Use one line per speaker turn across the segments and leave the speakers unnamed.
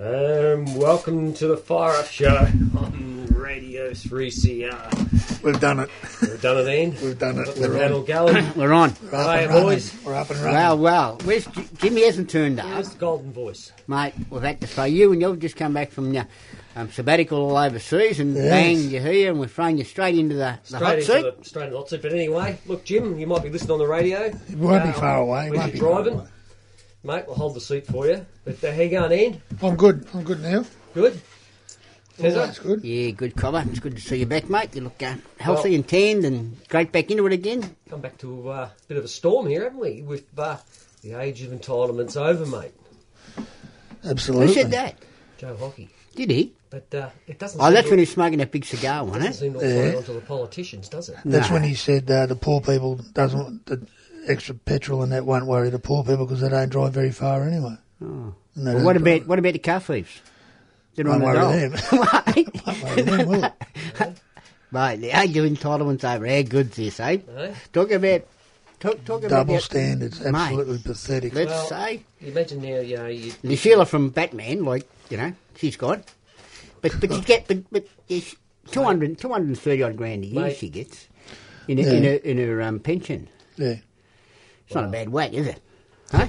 Um, welcome to the Fire Up Show on Radio 3CR.
We've done it.
We've done it, Ian.
We've done it.
We've
We're
had
on.
all going.
We're on.
We're up
Hey,
and running.
boys.
We're up and running.
Well, well, where's, J- Jimmy hasn't turned up,
That's the golden voice.
mate. We've had to say you, and you've just come back from your um, sabbatical all overseas, and
Yes.
bang, you're here, and we're throwing you straight into the, the hot
Straight
seat.
into the, straight into the hot seat. But anyway, look, Jim, you might be listening on the radio. It
won't be far away,
When you're
won't be far
driving,
away.
mate, we'll hold the seat for you. But uh, how you going, Ian?
I'm good. I'm good now.
Good?
That's
Tezza?
good.
Yeah, good cover. It's good to see you back, mate. You look uh, healthy
Well-
and tanned, and great back into it again.
Come back to uh, a bit of a storm here, haven't we? With uh, the age of entitlement's over, mate.
Absolutely.
Who said that?
Joe Hockey.
Did he?
But uh, it doesn't
Oh,
seem
that's
to-
when he was smoking that big cigar, eh? wasn't
doesn't
it?
seem to apply onto the politicians, does it?
That's
Nah.
when he said uh, the poor people doesn't the extra petrol and that won't worry the poor people because they don't drive very far anyway. And they
Oh. Well,
don't
what
drive-
about what about the car thieves? They're
Won't
on
worry
the dole. Why?
Well, then, will it?
Mate, the age of entitlement's over. How good's this, eh?
Eh?
Talk about talk, talk about
Double
the-
standards,
Mate,
absolutely pathetic.
Let's
Well-
say
You imagine now, you know, you,
the Sheila from Batman, like you know, she's gone, but but she get but but yes, 200, 230 odd grand a year
Mate.
she gets in her,
Yeah.
in her in her um, pension.
Yeah.
It's not a bad whack, is it? Huh?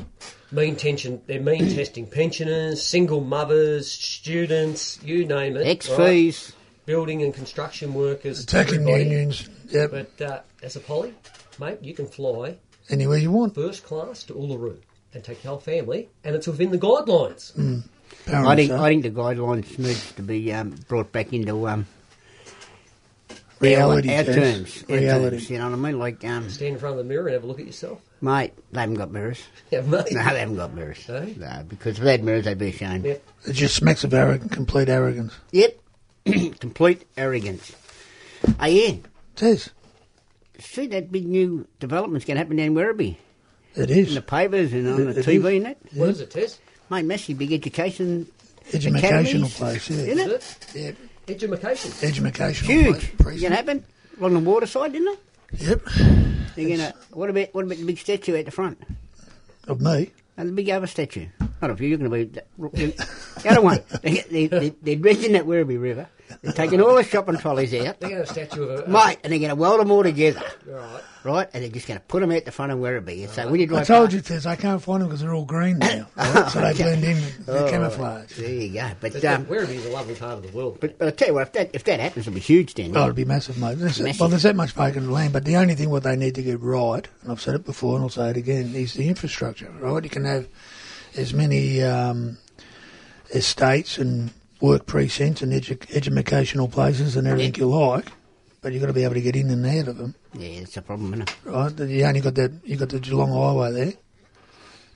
mean tension, they're mean testing pensioners, single mothers, students, you name it.
Ex
right?
fees.
Building and construction workers.
Attacking
everybody.
unions, yep,
But uh, as a poly, mate, you can fly
anywhere you want.
first class to Uluru and take your whole family, and it's within the guidelines.
Apparently
I think
so.
I think the guidelines needs to be um, brought back into um,
reality.
our, our
yes.
terms. our
Reality.
terms, you know what I mean? Like, um,
Stand in front of the mirror and have a look at yourself.
mate, they haven't got mirrors.
Yeah, mate.
No, they haven't got mirrors.
Eh?
No, because if they had mirrors, they'd be ashamed.
Yeah.
It just smacks of arrogance, complete arrogance.
Yep. Complete arrogance. Hey, Ian,
It is.
see that big new development's going to happen down Werribee?
It is.
In the papers and on
It-
the
it
TV
is.
and that?
What is it, Tess?
Mate, massive big education.
Educational
academies,
place, yeah.
Isn't
Is
it?
it?
Yep.
Education.
Educational
Huge.
place.
It's going to happen along the waterside, didn't it?
Yep.
They're going to. What about what about the big statue at the front?
Of me.
And the big other statue. Not of you, you're going to be. The the other one. They, they, they, they're dredging that Werribee River. They're taking all the shopping trolleys out.
They're going to have a statue of a.
Mate, and they're going to weld them all together,
All right.
right? And they're just going to put them out the front of Werribee. And so when you
Uh, I
drive
told you, Tez, I can't find them because they're all green now. right? So they blend in, they're
Oh.
camouflage.
There you go. But,
Damn.
um,
Werribee's a lovely part of the world.
but, but I tell you what, if that, if that happens, it'll be huge, then.
Oh, it'd be massive, mate. There's-
Massive.
Well, there's that much vacant land, but the only thing what they need to get right, and I've said it before and I'll say it again, is the infrastructure, right? You can have as many um, estates and work precincts and edu- educational places and everything you like, but you've got to be able to get in and out of them,
Yeah, it's a problem, isn't it?
right? You only got that, you got the Geelong Highway there,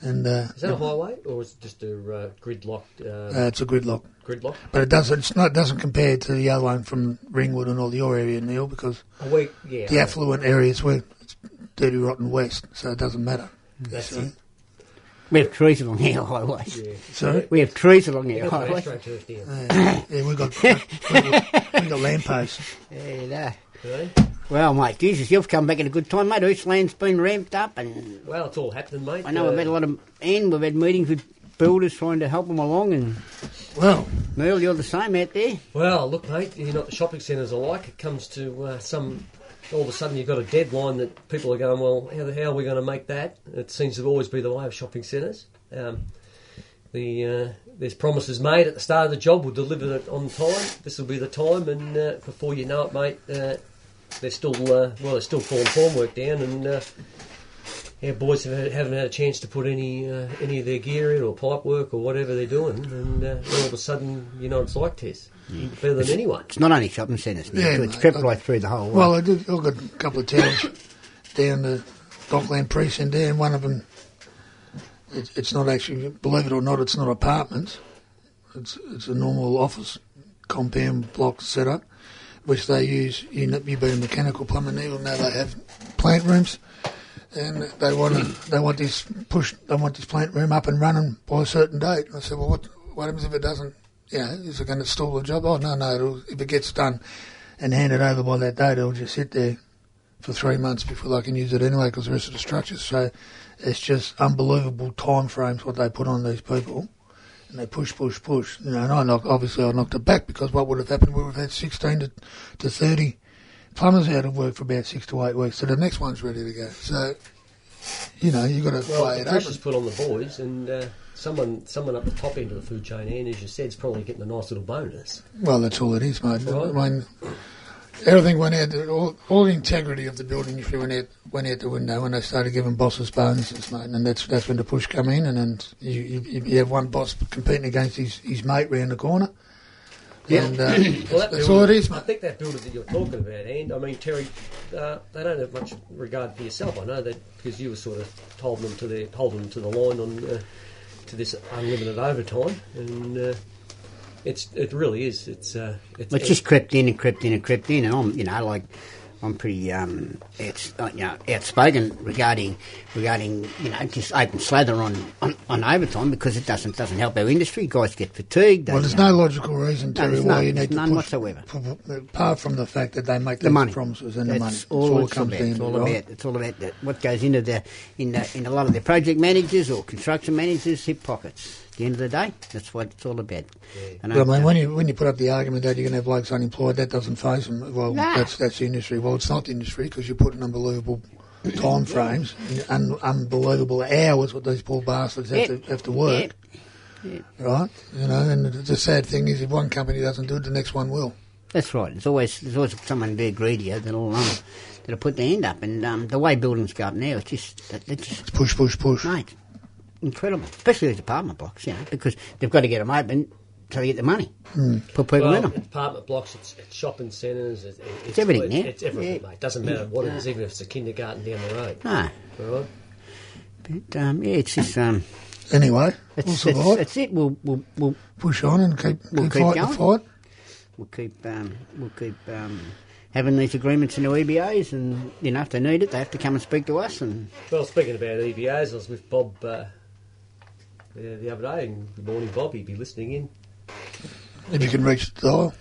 and uh,
Is that a highway or is it just a uh, gridlocked uh,
uh, it's a gridlock.
gridlock?
But it doesn't. It's not. It doesn't compare to the other one from Ringwood and all your area, Neil, because
A week, yeah.
the affluent areas where it's dirty, rotten west, so it doesn't matter.
That's
so,
it.
We have trees along our highways.
Yeah. Uh,
so
We have trees along our
Get the
highways.
astroturf down.
yeah, yeah, we got we got, we got lampposts.
There you go.
Okay?
Well, mate, Jesus, you've come back at a good time, mate. Eastland's been ramped up, and
Well, it's all happening, mate. Uh,
I know we've had a lot of, and we've had meetings with builders trying to help them along, and
Well,
Neil, you're the same out there.
Well, look, mate, you know what the shopping centres are like. It comes to uh, some. All of a sudden, you've got a deadline that people are going, well, how the hell are we going to make that? It seems to always be the way of shopping centres. Um, the uh, There's promises made at the start of the job, we'll deliver it on time. This will be the time, and uh, before you know it, mate, uh, they're still, uh, well, they're still falling formwork down, and uh, our boys have had, haven't had a chance to put any uh, any of their gear in or pipe work or whatever they're doing, and uh, all of a sudden, you know, it's like this. Better than anyone.
It's not only shopping centres now,
Yeah,
too. it's
mate,
crept
I-
right through the whole world.
well, I did. I got a couple of towns down the Dockland precinct there, and one of them. It's, it's not actually, believe it or not, it's not apartments. It's it's a normal office compound block setup, which they use. You know, you be a mechanical plumber, and even though they have plant rooms, and they want to, they want this push they want this plant room up and running by a certain date. And I said, well, what what happens if it doesn't? You know, is it going to stall the job? Oh no, no. It'll, if it gets done and handed over by that date, it'll just sit there for three months before they can use it anyway because the rest of the structures. So it's just unbelievable time frames what they put on these people. And they push, push, push. You know, and I knock, obviously I knocked it back because what would have happened? We would have had 16 to, to 30 plumbers out of work for about six to eight weeks. So the next one's ready to go. So, you know, you've got to
Well,
play
the
it up.
pressure's put on the boys, and uh, someone someone up the top end of the food chain, and as you said, is probably getting a nice little bonus.
Well, that's all it is, mate.
Right.
I mean, everything went out, the- all, all the integrity of the building industry went out, went out the window when they started giving bosses bonuses, mate. And that's that's when the push come in, and then you, you, you have one boss competing against his, his mate round the corner.
Yeah.
And uh, that's, that's all it
building-
is,
I
mate.
think that builder that you're talking about, and I mean Terry, uh, they don't have much regard for yourself. I know that because you were sort of holding them to the holding them to the line on uh, to this unlimited overtime, and uh, it's it really is. It's uh, it's,
It's just crept in and crept in and crept in, and I'm, you know, like I'm pretty, um, it's uh, you know, outspoken regarding regarding you know just open slather on, on, on overtime because it doesn't doesn't help our industry. Guys get fatigued. they-
Well, there's no logical reason, Terry,
there's
why
none.
you
There's
need to
none
push,
whatsoever.
p- p- apart from the fact that they make
the
these
money
promises and the
That's
money. That's
All
all it
it's
comes
about.
down
It's
to,
all
right?
about. It's all about the, what goes into the in the, in a lot of the project managers or construction managers' hip pockets. At the end of the day, that's what it's all about. And
Well, I mean, when you when you put up the argument that you're going to have blokes unemployed, that doesn't phase them. Well,
Nah.
that's that's the industry. Well, it's not the industry because you're putting unbelievable time frames, un- unbelievable hours what these poor bastards have,
Yep.
to, have to work,
Yep.
right? You know, and the, the sad thing is, if one company doesn't do it, the next one will.
That's right. There's always there's always someone there greedier than all um, that'll put their hand up. And um, the way buildings go up now, it's just that- that's just
Push, push, push.
mate, incredible. Especially these apartment blocks, you know, because they've got to get them open so they get the money.
Hmm.
Put people in
well, it's
them.
apartment blocks, it's, it's shopping centres, it's, it's,
everything,
It's,
yeah.
it's everything,
Yeah.
mate. Doesn't matter what it is, even if it's a kindergarten down the road.
No,
All right.
but um, yeah, it's just um,
Anyway, we'll
it's, it's,
survive.
it's it. We'll we'll we'll,
push on and keep,
We'll
keep,
keep
fighting the
going.
fight.
we'll keep um, we'll keep um, having these agreements in the EBAs, and you know if they need it, they have to come and speak to us. And
Well, speaking about EVAs, I was with Bob uh, the, the other day, and good morning, Bob. He'd be listening in.
If you can reach the dial,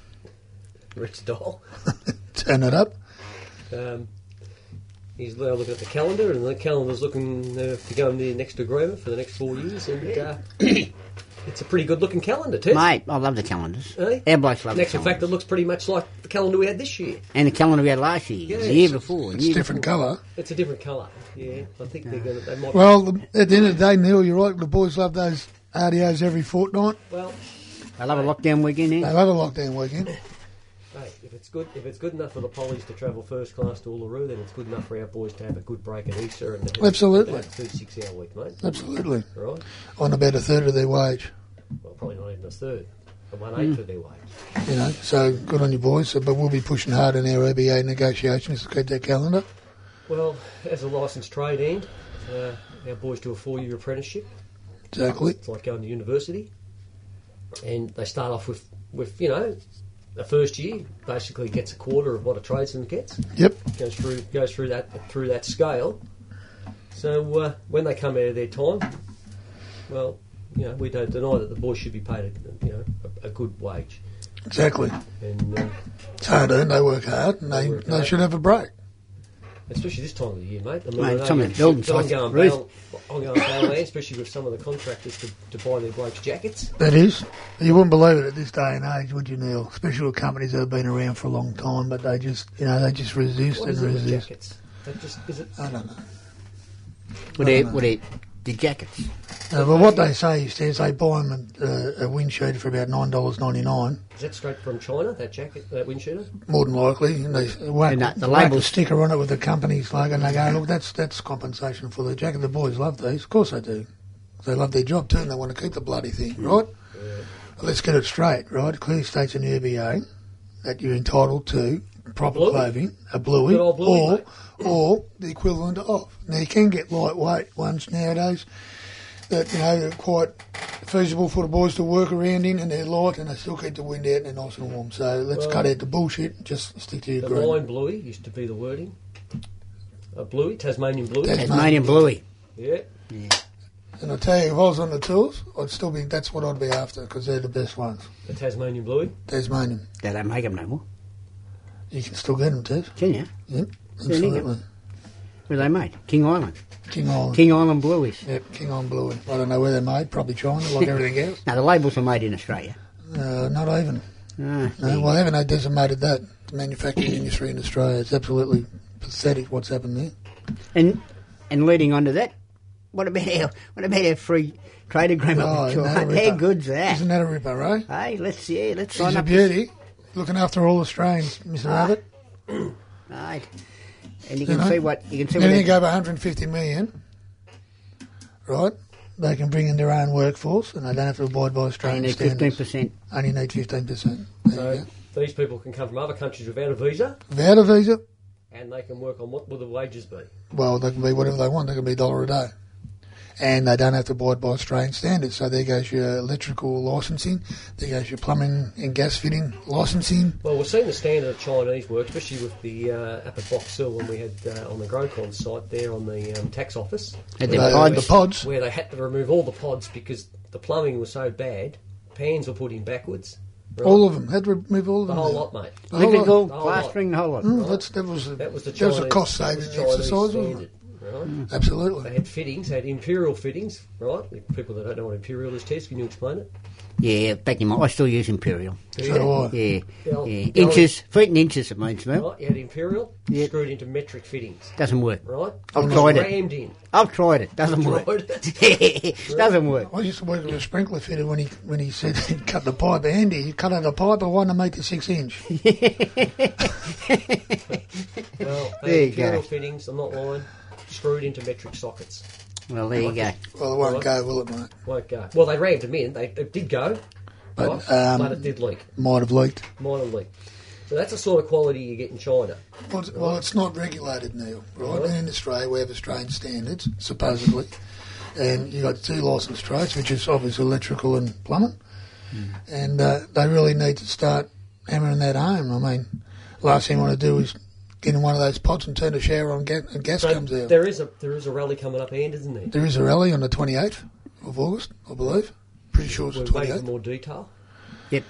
Rich Doll.
turn it up.
Um, he's now looking at the calendar, and the calendar's looking uh, to go in the next agreement for the next four years, and uh, it's a pretty good looking calendar, too.
mate, I love the calendars.
Eh?
Our blokes love
In
the
actual fact,
calendars.
it looks pretty much like the calendar we had this year.
and the calendar we had last year,
Yeah,
the year
it's-
before,
It's
year
different
before.
colour.
It's a different colour. Yeah, I think they're going to. They might.
Well, the, at the end of the day, Neil, you're right. The boys love those RDOs every fortnight.
well,
I love a lockdown weekend.
They
Eh?
love a lockdown weekend.
Hey, if it's good, if it's good enough for the pollies to travel first class to Uluru, then it's good enough for our boys to have a good break at Easter and
Absolutely.
and a thirty-six-hour week, mate.
Absolutely.
All right?
On about a third of their wage.
Well, probably not even a third, a
Hmm.
one-eighth of their wage.
You know, so good on you boys. So, but we'll be pushing hard in our OBA negotiations to keep that calendar.
Well, as a licensed trade end, uh, our boys do a four-year apprenticeship.
Exactly.
It's like going to university, and they start off with, with you know, the first year basically gets a quarter of what a tradesman gets.
Yep.
goes through goes through that through that scale. So uh, when they come out of their time, well, you know we don't deny that the boys should be paid a, you know a, a good wage,
Exactly.
and uh,
It's hard earned. They work hard, and they,
They work
they
hard.
should have a break.
especially this time of the year, mate. I mean,
Mate,
I know
some of the
it's-
building
it's ongoing
sites, Ruth.
bail, ongoing bail land, especially with some of the contractors to, to buy their blokes jackets.
That is. You wouldn't believe it at this day and age, would you, Neil? Especially with companies that have been around for a long time, but they just, you know, they just resist
What
and
is it with
resist.
jackets? That just is it.
I don't know.
Would it? Would it? The jackets.
Uh, but what they say is there's- they buy them a, a windshield for about $9.99.
Is that straight from China? That jacket, that wind shooter?
More than likely, and they whack,
And that- the
whack
labels-
sticker on it with the company's logo, and they go, "Look, that's that's compensation for the jacket." The boys love these, of course they do. They love their job too, and they want to keep the bloody thing, right? Well, let's get it straight, right? Clearly states in the UBA that you're entitled to proper
Bluey.
clothing, a bluey,
Good old bluey,
or
mate.
or the equivalent of. Now you can get lightweight ones nowadays that you know are quite feasible for the boys to work around in, and they're light, and they still keep the wind out, and they're nice and warm. So let's
Well-
cut out the bullshit. and Just stick to your
The
green.
line bluey used to be the wording. a bluey, Tasmanian bluey.
That's-
Tasmanian Bluey.
yeah.
And I tell you, if I was on the tools, I'd still be. That's what I'd be after because they're the best ones.
A Tasmanian bluey.
Tasmanian,
They don't make them no more.
you can still get them, Tess.
Can you?
Yep,
there you go.
absolutely.
Where are they made? King Island.
King Island.
King Island Blueys.
Yep, King Island Bluey. I don't know where they're made. Probably China, like everything else.
Now, the labels are made in Australia.
Uh, not even.
Ah,
No, well, haven't they decimated that? The manufacturing industry in Australia. It's absolutely pathetic what's happened there.
And and leading on to that, what about our what about our free trade agreement
Oh,
with
isn't that a
Taiwan? How
ripper?
good's that?
Isn't that a ripper, eh? right?
Hey, let's yeah, let's
She's
sign
a
up.
beauty. Looking after all Australians, Mr.
Ah,
Rabbit.
Right. And you
You
can
know?
see what you can see.
Now
What
you
that-
go over 150 million, right? They can bring in their own workforce and they don't have to abide by Australian
only fifteen
standards.
percent.
Only need 15%. There
So
you go.
these people can come from other countries without a visa,
Without a visa,
and they can work on what will the wages be.
well, they can be whatever they want. They can be a dollar a day. And they don't have to abide by Australian standards. So there goes your electrical licensing, there goes your plumbing and gas fitting licensing.
Well, we've seen the standard of Chinese work, especially with the uh, up at Box Hill when we had uh, on the Growcon site there on the um, tax office.
Had
They,
them
the
pods.
pods.
where they had to remove all the pods because the plumbing was so bad. Pans were put in backwards. right?
All of them. Had to remove all of
the
them.
whole lot, mate.
The whole lot.
Electrical,
The whole lot.
plastering, the whole lot.
Mm, that's, that was a,
That was the
that
Chinese.
was a cost saving
that was Chinese
exercise, wasn't
standard, right?
it?
They
Absolutely.
had fittings, they had imperial fittings, right? The People that don't know what imperial is, Tess, can you explain it?
Yeah, back in my, I still use imperial.
So do I.
Yeah,
Yeah.
yeah. inches, feet and inches. It means, Mel.
Right? You had imperial
Yeah.
screwed into metric fittings,
Doesn't work.
right?
I've
Just
tried it.
Rammed in.
I've tried it. Doesn't
Tried
work. Doesn't work.
I used to work with a sprinkler fitter when he when he said he'd cut the pipe. Andy, you cut out the pipe, I want to make the six inch.
Well, they
There
had
you go.
imperial fittings, I'm not lying, screwed into metric sockets.
Well, there you go.
Well, it won't go, will it, mate?
Won't go. uh, Well, they rammed them in, they, it did go,
But
right?
um,
but it did leak.
might have leaked.
minor league. So that's the sort of quality you get in China.
Well, it's- well, it's not regulated, Neil. Right? And in Australia, we have Australian standards, supposedly. And you got two licensed trades, which is obviously electrical and plumbing. And uh, they really need to start hammering that home. I mean, last thing you want to do is get in one of those pots and turn the shower on ga- and gas
So
comes out.
there is a there is a rally coming up, and isn't there?
there is a rally on the 28th of August, I believe. Pretty sure it's the
We're waiting for
28th.
more detail.
Yep.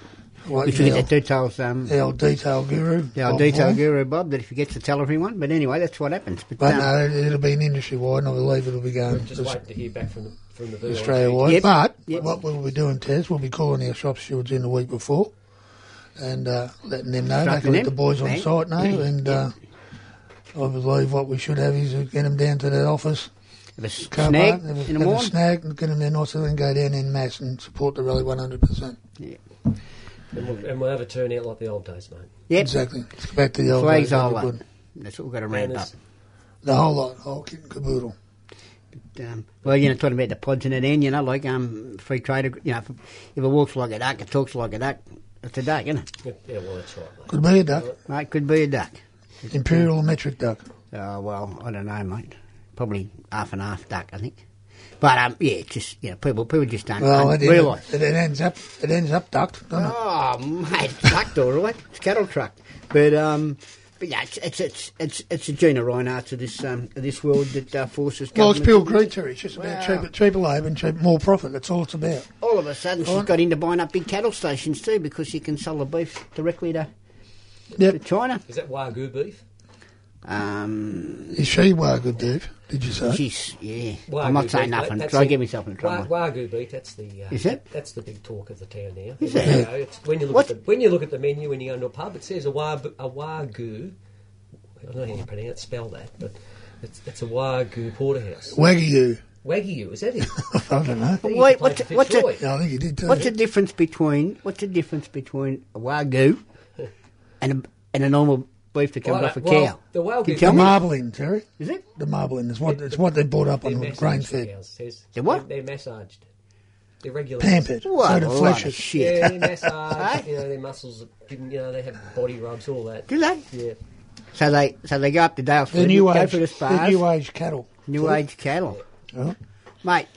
Well,
If you
our-
get that details, um,
our detail guru.
Yeah, I'll
Bob
detail
Vaughan.
Guru Bob that he forgets to tell everyone. But anyway, that's what happens. But,
But uh,
um,
no, it- it'll be an industry wide, and I believe it'll be going.
Just waiting to hear back from the from the VIT.
Um, Australia wide.
Yep.
But
Yep.
what we'll be doing, Tez, we'll be calling our shop stewards in the week before and uh, letting them know. They
Instructing
can let the
them.
boys on
Right.
site know. And uh, I believe what we should have is get them down to that office,
if it's
car
snag
park, have, a-
in the
have a
morning.
snag, and get them there nicely, and go down in mass and support the rally 100%.
and, we'll, and we'll have a turnout like the old days, mate.
Yep.
Exactly. It's back to the old
Flags
days,
all
everybody.
up. That's what we've got to
And
ramp up.
there's-
The whole lot, whole kit and caboodle.
Um, well, you know, talking about the pods in it, end, you know, like um, free trade, ag- you know, if it- if it walks like a duck, it talks like a duck, it's a duck, isn't it?
Yeah, well, that's right, mate.
Could be a duck.
Right? Could be a duck.
Imperial
Mm-hmm.
or metric duck.
Uh, well, I don't know, mate. Probably half and half duck, I think. But um, yeah, it's just you know, people people just don't
Well, it,
realise.
it, it ends up it ends up ducked, doesn't it?
Oh, mate, it's trucked all right. It's cattle trucked. But um, but yeah, it's it's it's it's, it's a Gina Reinhardt of this um of this world that uh, forces.
Well, it's pure
government-
greed, Terry. It's just about
Wow.
cheaper, cheaper labour and cheap, more profit. That's all it's about.
All of a sudden, she's got into buying up big cattle stations too because she can sell the beef directly to, to
Yep.
China.
Is that Wagyu beef?
Um,
Is she good, Dave? Did you say?
she's yeah.
Wagyu
I'm not saying
beef,
nothing.
mate, that's
Because I
the-
get myself in trouble.
Wa- Wagyu beef. That's the uh,
Is it?
That's the big talk of the town now.
Is
You
it?
know, it's when you look
What?
at the, when you look at the menu when you go into a pub, it says a, wab, a Wagyu. I don't know how you pronounce spell that, but it's, it's a Wagyu porterhouse.
Wagyu.
Wagyu is that it?
I don't know.
Wait,
Wait, what's it- what's it-
Yeah, I think you did too.
What's the difference between what's the difference between a wagyu and a, and a normal beef that comes
Well,
off a
well,
cow?
the wagyu-
Can you
the
tell me?
marbling, Terry?
Is it?
The marbling is what it's what they bought up on
They're massaged,
grain
the
fed,
cows, says.
They're what?
They're, they're massaged. They're regulated.
pampered,
What
so
a
the
lot
flesh
of
is.
shit.
Yeah, they're massaged. you know, their muscles, are given, you know, they have body rubs, all that.
Do they?
Yeah.
So they so they go up to Dale
The
Street,
new
go
age,
for the
the
spas,
new
new,
age cattle.
age cattle,
Yeah.
mate.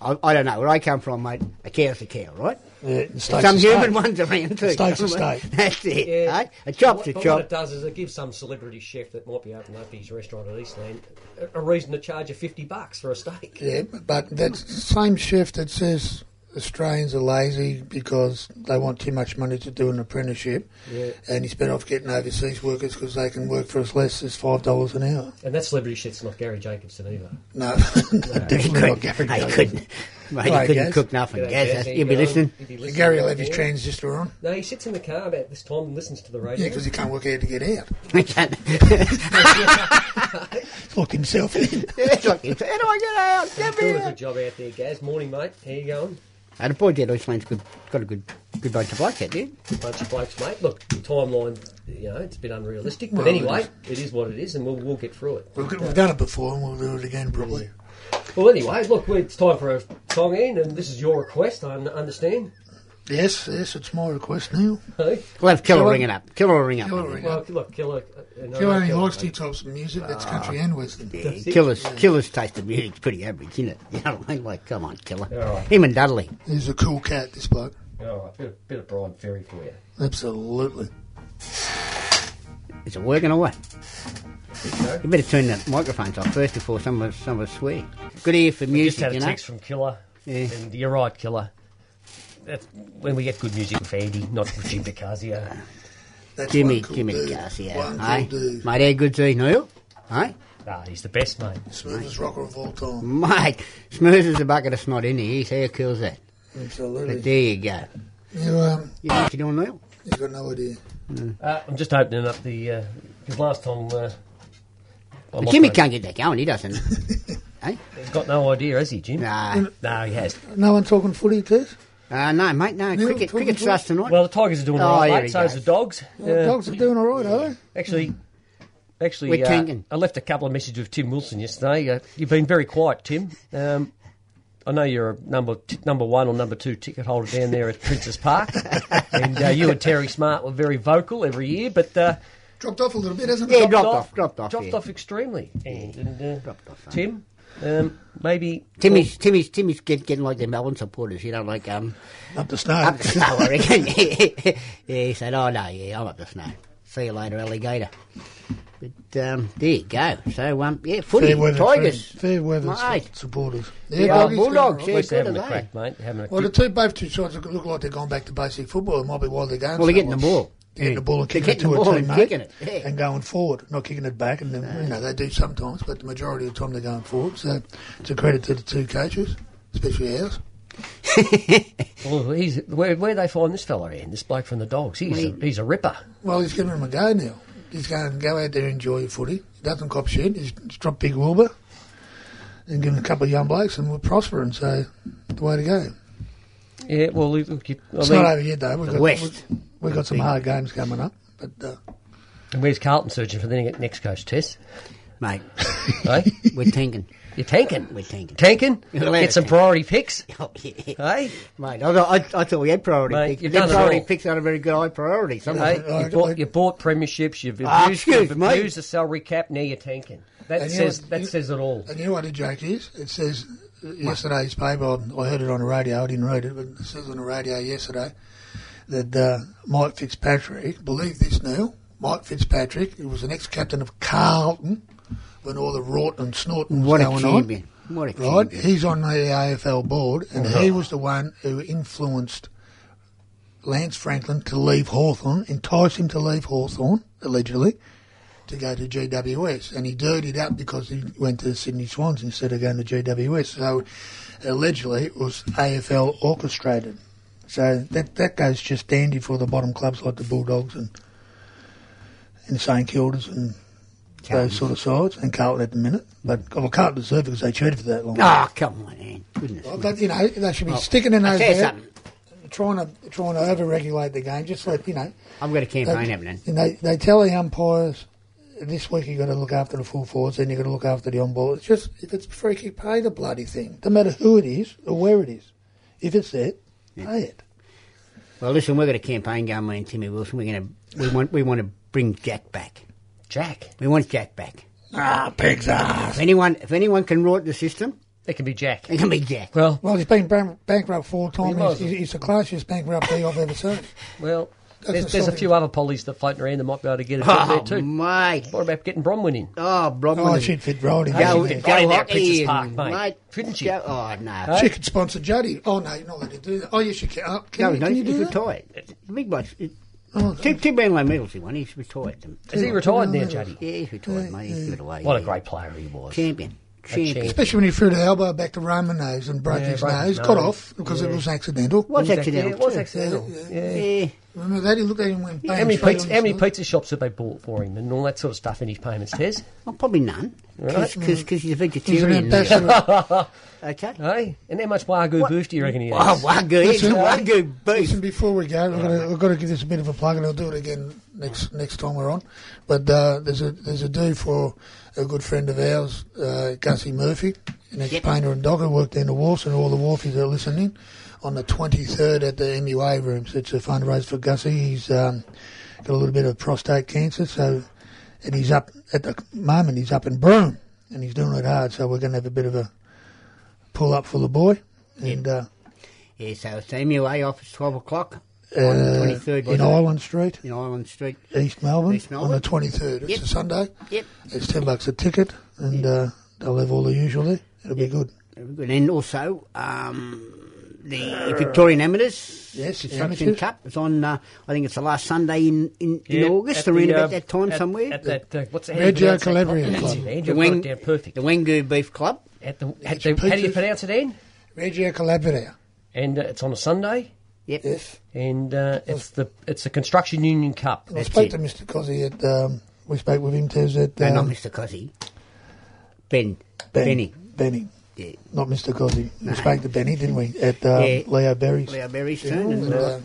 I, I don't know where I come from, mate. A cow's a cow, right?
Yeah, Uh, the stakes
Some
are
human
staked.
ones around too.
Stakes are
somewhere.
staked.
That's it.
Yeah.
Right? A chop's
What-
a
but What it
chop.
does is it gives some celebrity chef that might be opening up his restaurant at Eastland a- a reason to charge you 50 bucks for a steak.
Yeah, but that's the same shift that says Australians are lazy because they want too much money to do an apprenticeship,
Yeah.
and he's better off getting overseas workers because they can work for us less as five dollars an hour.
And that celebrity chef's not Gary Jacobson either.
No, definitely not Gary.
They
Gary.
couldn't. Mate,
Right,
he couldn't
Gaz?
cook nothing.
G'day,
Gaz,
Gaz, how
you'll be
going?
listening.
You be
Did
listening
Gary
down
left his
there?
transistor on.
No, he sits in the car about this time and listens to the radio.
Yeah, because he can't work out to get out. He's locked himself in.
It's like, how do I get out? Get me
Doing a good
out.
job out there, Gaz. Morning, mate. How you going?
And the boy did. Iceland's good, got a good, good bunch of blokes out there.
Bunch of blokes, mate. Look, the timeline, you know, it's been unrealistic. But
Well, it
anyway, it is what it is, and we'll, we'll get through it.
We've, we've done it before, and we'll do it again probably.
Well, anyway, look, it's time for a song in, and this is your request, I un- understand.
Yes, yes, it's my request, Neil.
Hey?
We'll have Killer
Killer-
ringing up. Killer will ring up.
Killer ring.
Well, look, Killer. Uh, no,
Killer
not
only
Killer,
likes two
mate.
types of music. That's
Ah.
country and western.
Yeah,
it.
Killer's, Killer's taste of music's pretty average, isn't it? You know what I mean? Like, come on, Killer.
All right.
Him and Dudley.
He's a cool cat, this bloke.
All right, Oh, bit of, bit of Brian Ferry for you.
Absolutely.
Is it working or what?
Okay.
You better turn the microphones off first before some of us, some of us swear. Good ear for
Just
music,
had
you
a
know.
text from Killer,
Yeah.
and you're right, Killer. That's when we get good music with Andy, not with Jim Uh, DiCasio.
That's
Jimmy,
one cool
Jimmy
dude.
Garcia.
One
eh?
cool dude.
Mate, how good's he, Neil? Hey?
Nah, he's the best, mate.
Smoothest rocker of all time.
Mate, smooth as a bucket of snot in here. How cool's that? But
Absolutely.
there you go.
You, um,
You know what you're doing, Neil?
you got no idea.
Uh, I'm just opening up the. Because last time. Uh, I
But
lost
Jimmy
my-
can't get that going, he doesn't. hey?
He's got no idea, has he, Jim?
Nah.
No, he has.
No one talking footy, Tess?
Uh, no, mate, no.
Neil,
cricket,
talking
cricket
to
starts tonight.
Well, the Tigers are doing
Oh,
all right,
here
mate.
he
So's the
goes.
dogs.
The
Uh,
dogs are doing all right, are they?
Actually, actually,
We're
uh,
tanking.
I left a couple of messages with Tim Wilson yesterday. Uh, you've been very quiet, Tim. Um, I know you're a number t- number one or number two ticket holder down there at Princess Park, and uh, you and Terry Smart were very vocal every year, but uh,
Dropped off a little bit, hasn't
Yeah,
it?
dropped off, dropped off,
dropped
yeah.
off extremely. And, and, uh,
Dropped off, eh?
Tim, um, maybe
Timmy's, Timmy's, Timmy's get, getting like the Melbourne supporters, you know, like, um,
Up to snow.
up the snow, I reckon. yeah, he said, oh, no, yeah, I'm up the snow. See you later, alligator. But, um, there you go. So, um, yeah, footy,
fair weather,
Tigers.
friends. Fair weather
Mate.
su- supporters.
Yeah,
doggies doing
Bulldogs,
all
yeah.
right.
at least they're having
good,
a
are they?
crack, mate. Having a
Well, the
kick.
two both two sides look like they're going back to basic football. It might be why they're going.
Well,
so
they're getting the
much.
ball.
They're getting the ball and
They're
kicking it
getting
to
the
a
ball and
teammate
kicking it, yeah.
and going forward, not kicking it back. And then, you know they do sometimes, but the majority of the time they're going forward. So it's a credit to the two coaches, especially ours.
Well, he's, where where they find this fella in? This bloke from the dogs. He's a, he's a ripper.
Well, he's giving them a go now. He's going go out there and enjoy your footy. He doesn't cop shit. He's dropped Big Wilbur and given a couple of young blokes, and we're prospering. So the way to go.
Yeah. Well, look, you, I
It's
mean,
not over yet though. We've got,
West.
We've, we've got some hard games coming up, but. Uh,
and where's Carlton searching for the ne- next coach, Tess?
Mate,
Eh?
we're tanking.
You're tanking.
We're tanking.
Tanking?
Well,
Get some
tank.
priority picks,
Oh, yeah.
hey?
Mate, I, thought- I, I thought we had priority
Mate,
picks.
you've
Them
done it
priority
all.
picks aren't a very good high priority. Some
Hey,
I-
you, bought,
I-
you bought premierships, you've
Ah,
abused,
excuse
you've
me.
abused the salary cap, now you're tanking. That
And you know
says
what-
that
you- Uh,
says it all.
And you know what the joke is? It says uh, yesterday's paper. I I heard it on the radio. I didn't read it, but it says on the radio yesterday that uh, Mike Fitzpatrick. Believe this, Neil. Mike Fitzpatrick. He was the next captain of Carlton when all the rot and snorting was
What a
going on.
champion. What a
Right,
champion.
he's on the AFL board, and he was the one who influenced Lance Franklin to leave Hawthorn, enticed him to leave Hawthorn allegedly, to go to GWS, and he dirtied up because he went to the Sydney Swans instead of going to GWS. So allegedly, it was AFL orchestrated. So that that goes just dandy for the bottom clubs like the Bulldogs and and St Kilda's and
Carlton.
those sort of sides, and Carlton at the minute. But well, Carlton deserve it because they cheated for that long.
Ah.
Oh, come on, man. Goodness.
Well,
me.
But you know they should be sticking their
I'll
nose
tell you
out,
something.
trying to trying to over-regulate the game. Just like you know,
I've got a campaign
they,
happening.
and they they tell the umpires this week you've got to look after the full forwards, then you've got to look after the on ball. It's just if it's free kick, pay the bloody thing. No matter who it is or where it is, if it's it, pay it.
Well, listen, we've got a campaign going, me and Timmy Wilson. We're going to, we want, we want to bring Jack back.
Jack.
We want Jack back.
Ah, pigs ass.
If anyone, if anyone can rot the system,
It can be Jack.
It can be Jack.
Well,
Well, he's been ban- bankrupt four
He
times.
was.
He's, he's, the closest bankruptcy I've ever seen.
well,
That's
there's,
a
there's a
sorting.
few other pollies that floating around that might be able to get a job
Oh,
there too.
mate.
What about getting Bronwyn in?
Oh, Bronwyn.
Oh, she'd fit right in.
Yeah,
Go,
we
there.
could get
go
in there,
hockey
Princess
and-
Park, mate.
mate,
Couldn't you?
Go, oh, no.
Hey?
She could sponsor Juddy. Oh no, you're not allowed to do that. Oh yes, you can. Oh, can,
no,
you,
no,
can you
he's
do that?
retired. Big boss.
Oh,
Two, two Brownlow medals he won. He's retired. Them.
Is he retired now, Juddy?
Yeah, he's retired, mate. He's given away.
What a great player he was.
champion. Champion.
champ.
Especially when he threw the elbow back to Roman nose and broke
Yeah,
his
broke
nose.
his
Got
nose.
off because
Yeah.
it was accidental.
What? It's accidental
Yeah, it was
too.
accidental. Yeah.
Yeah.
Remember that? He looked at him and went bang.
How many,
straight
pizza,
on
how
his
many
nose.
pizza shops have they bought for him and all that sort of stuff in his payments, Tez?
Well, probably none. Because he's a
He's an
vegetarian.
ambassador.
okay.
Hey? And how much Wagyu beef do you reckon he
Oh,
has?
Wagyu. It's
Listen,
Wagyu
Listen,
beef.
before we go, we're gonna, we've got to give this a bit of a plug, and I'll do it again next next time we're on. But uh, there's a there's a do for a good friend of ours, uh, Gussie Murphy, an ex painter and dogger, worked in the wharfs, and all the wharfies are listening. On the 23rd at the MUA rooms, it's a fundraiser for Gussie. He's um, got a little bit of prostate cancer, so and he's up at the moment. He's up in Broome, and he's doing it hard. So we're going to have a bit of a pull up for the boy, and. Uh,
Yeah, so it's the MUA office, 12 o'clock
uh,
23rd,
in
wasn't it?
Island Street,
in Island Street.
East Melbourne,
East
on
Melbourne.
the 23rd. It's
Yep.
a Sunday.
Yep.
It's 10 bucks a ticket, and uh, they'll have all the usual there. It'll be good.
Very good. And also, um, the Victorian Amateurs
Yes,
Construction
amateurs.
Cup is on, uh, I think it's the last Sunday in, in,
Yeah,
in August,
at
around
the,
about
um,
that time
at-
somewhere.
At that, uh, what's the how do you
Reggio
pronounce that?
Calabria
That's
Club.
it, Ange,
the,
you've got
Wang,
it down perfect.
the Wangu Beef Club.
At the, at
It's
the, how do you
pizza.
pronounce it, Anne?
Reggio Calabria.
And uh, it's on a Sunday,
Yep.
Yes.
and uh, it's the it's the Construction Union Cup.
I
That's
spoke
it.
to Mr. Cozzy at, um, we spoke with him, Tez, at
No,
um,
not Mr. Cossie. Ben.
Ben-
Benny.
Benny.
Yeah.
Not Mr. Cozzy. We spoke to Benny, didn't we? At um,
Yeah.
Leo Berry's.
Leo Berry's
Yeah,
turn.
and,
And,
uh,
uh,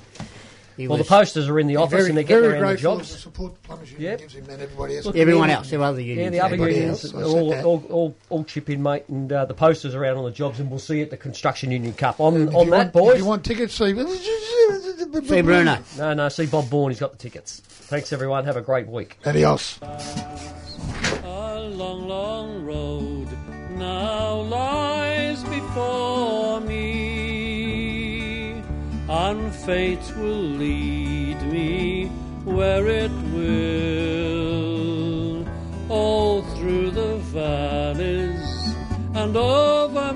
he
Well, the
was-
posters are in the office,
very,
and they're getting
very
around the
grateful for the
jobs.
support Plumbers Union
Yep.
gives him and everybody else.
Everyone else, the other
Yeah,
unions.
the other
everybody
unions
else,
are
I said
all,
that.
all, all, all chip in, mate, and uh, the posters are out on the jobs, and we'll see you at the Construction Union Cup. On,
If
on
you
that,
want,
boys.
If you want tickets, see...
See Bruno.
No, no, see Bob Bourne, he's got the tickets. Thanks, everyone. Have a great week.
Adios.
A long, long road now lies before me, and fate will lead me where it will, all through the valleys and over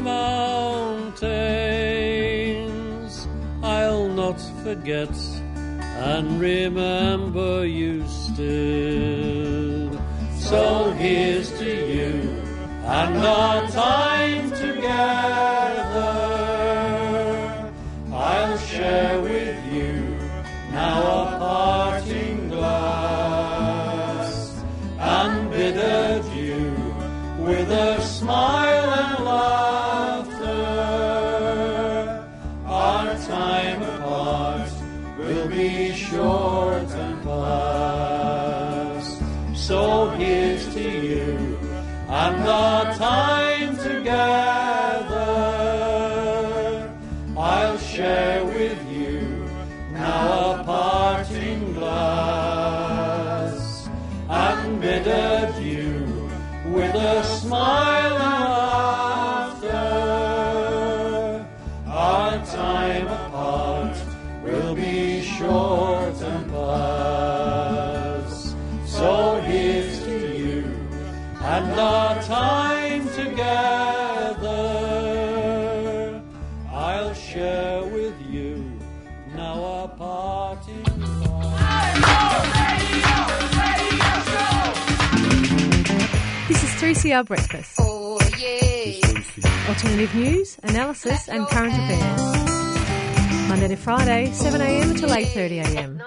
mountains. I'll not forget and remember you still. So here's to you and our time together. I'll share with you now a parting glass and bid adieu with a smile and laughter. Our time apart will be short and past. So here's to you and our time together. I'll share with you now a parting glass and bid adieu with a smile and laughter. Our time apart will be short and past. So here's to you and our time together. I'll share with you now our parting. thought.
This is 3CR Breakfast.
Oh yeah.
Alternative news, analysis and current affairs. Monday to Friday, 7am till 8.30am.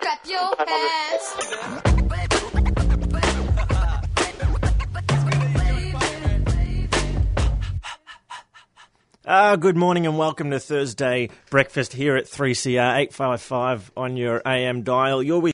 Grab your pants.
Ah, good morning and welcome to Thursday breakfast here at 3CR 855 on your AM dial. You're with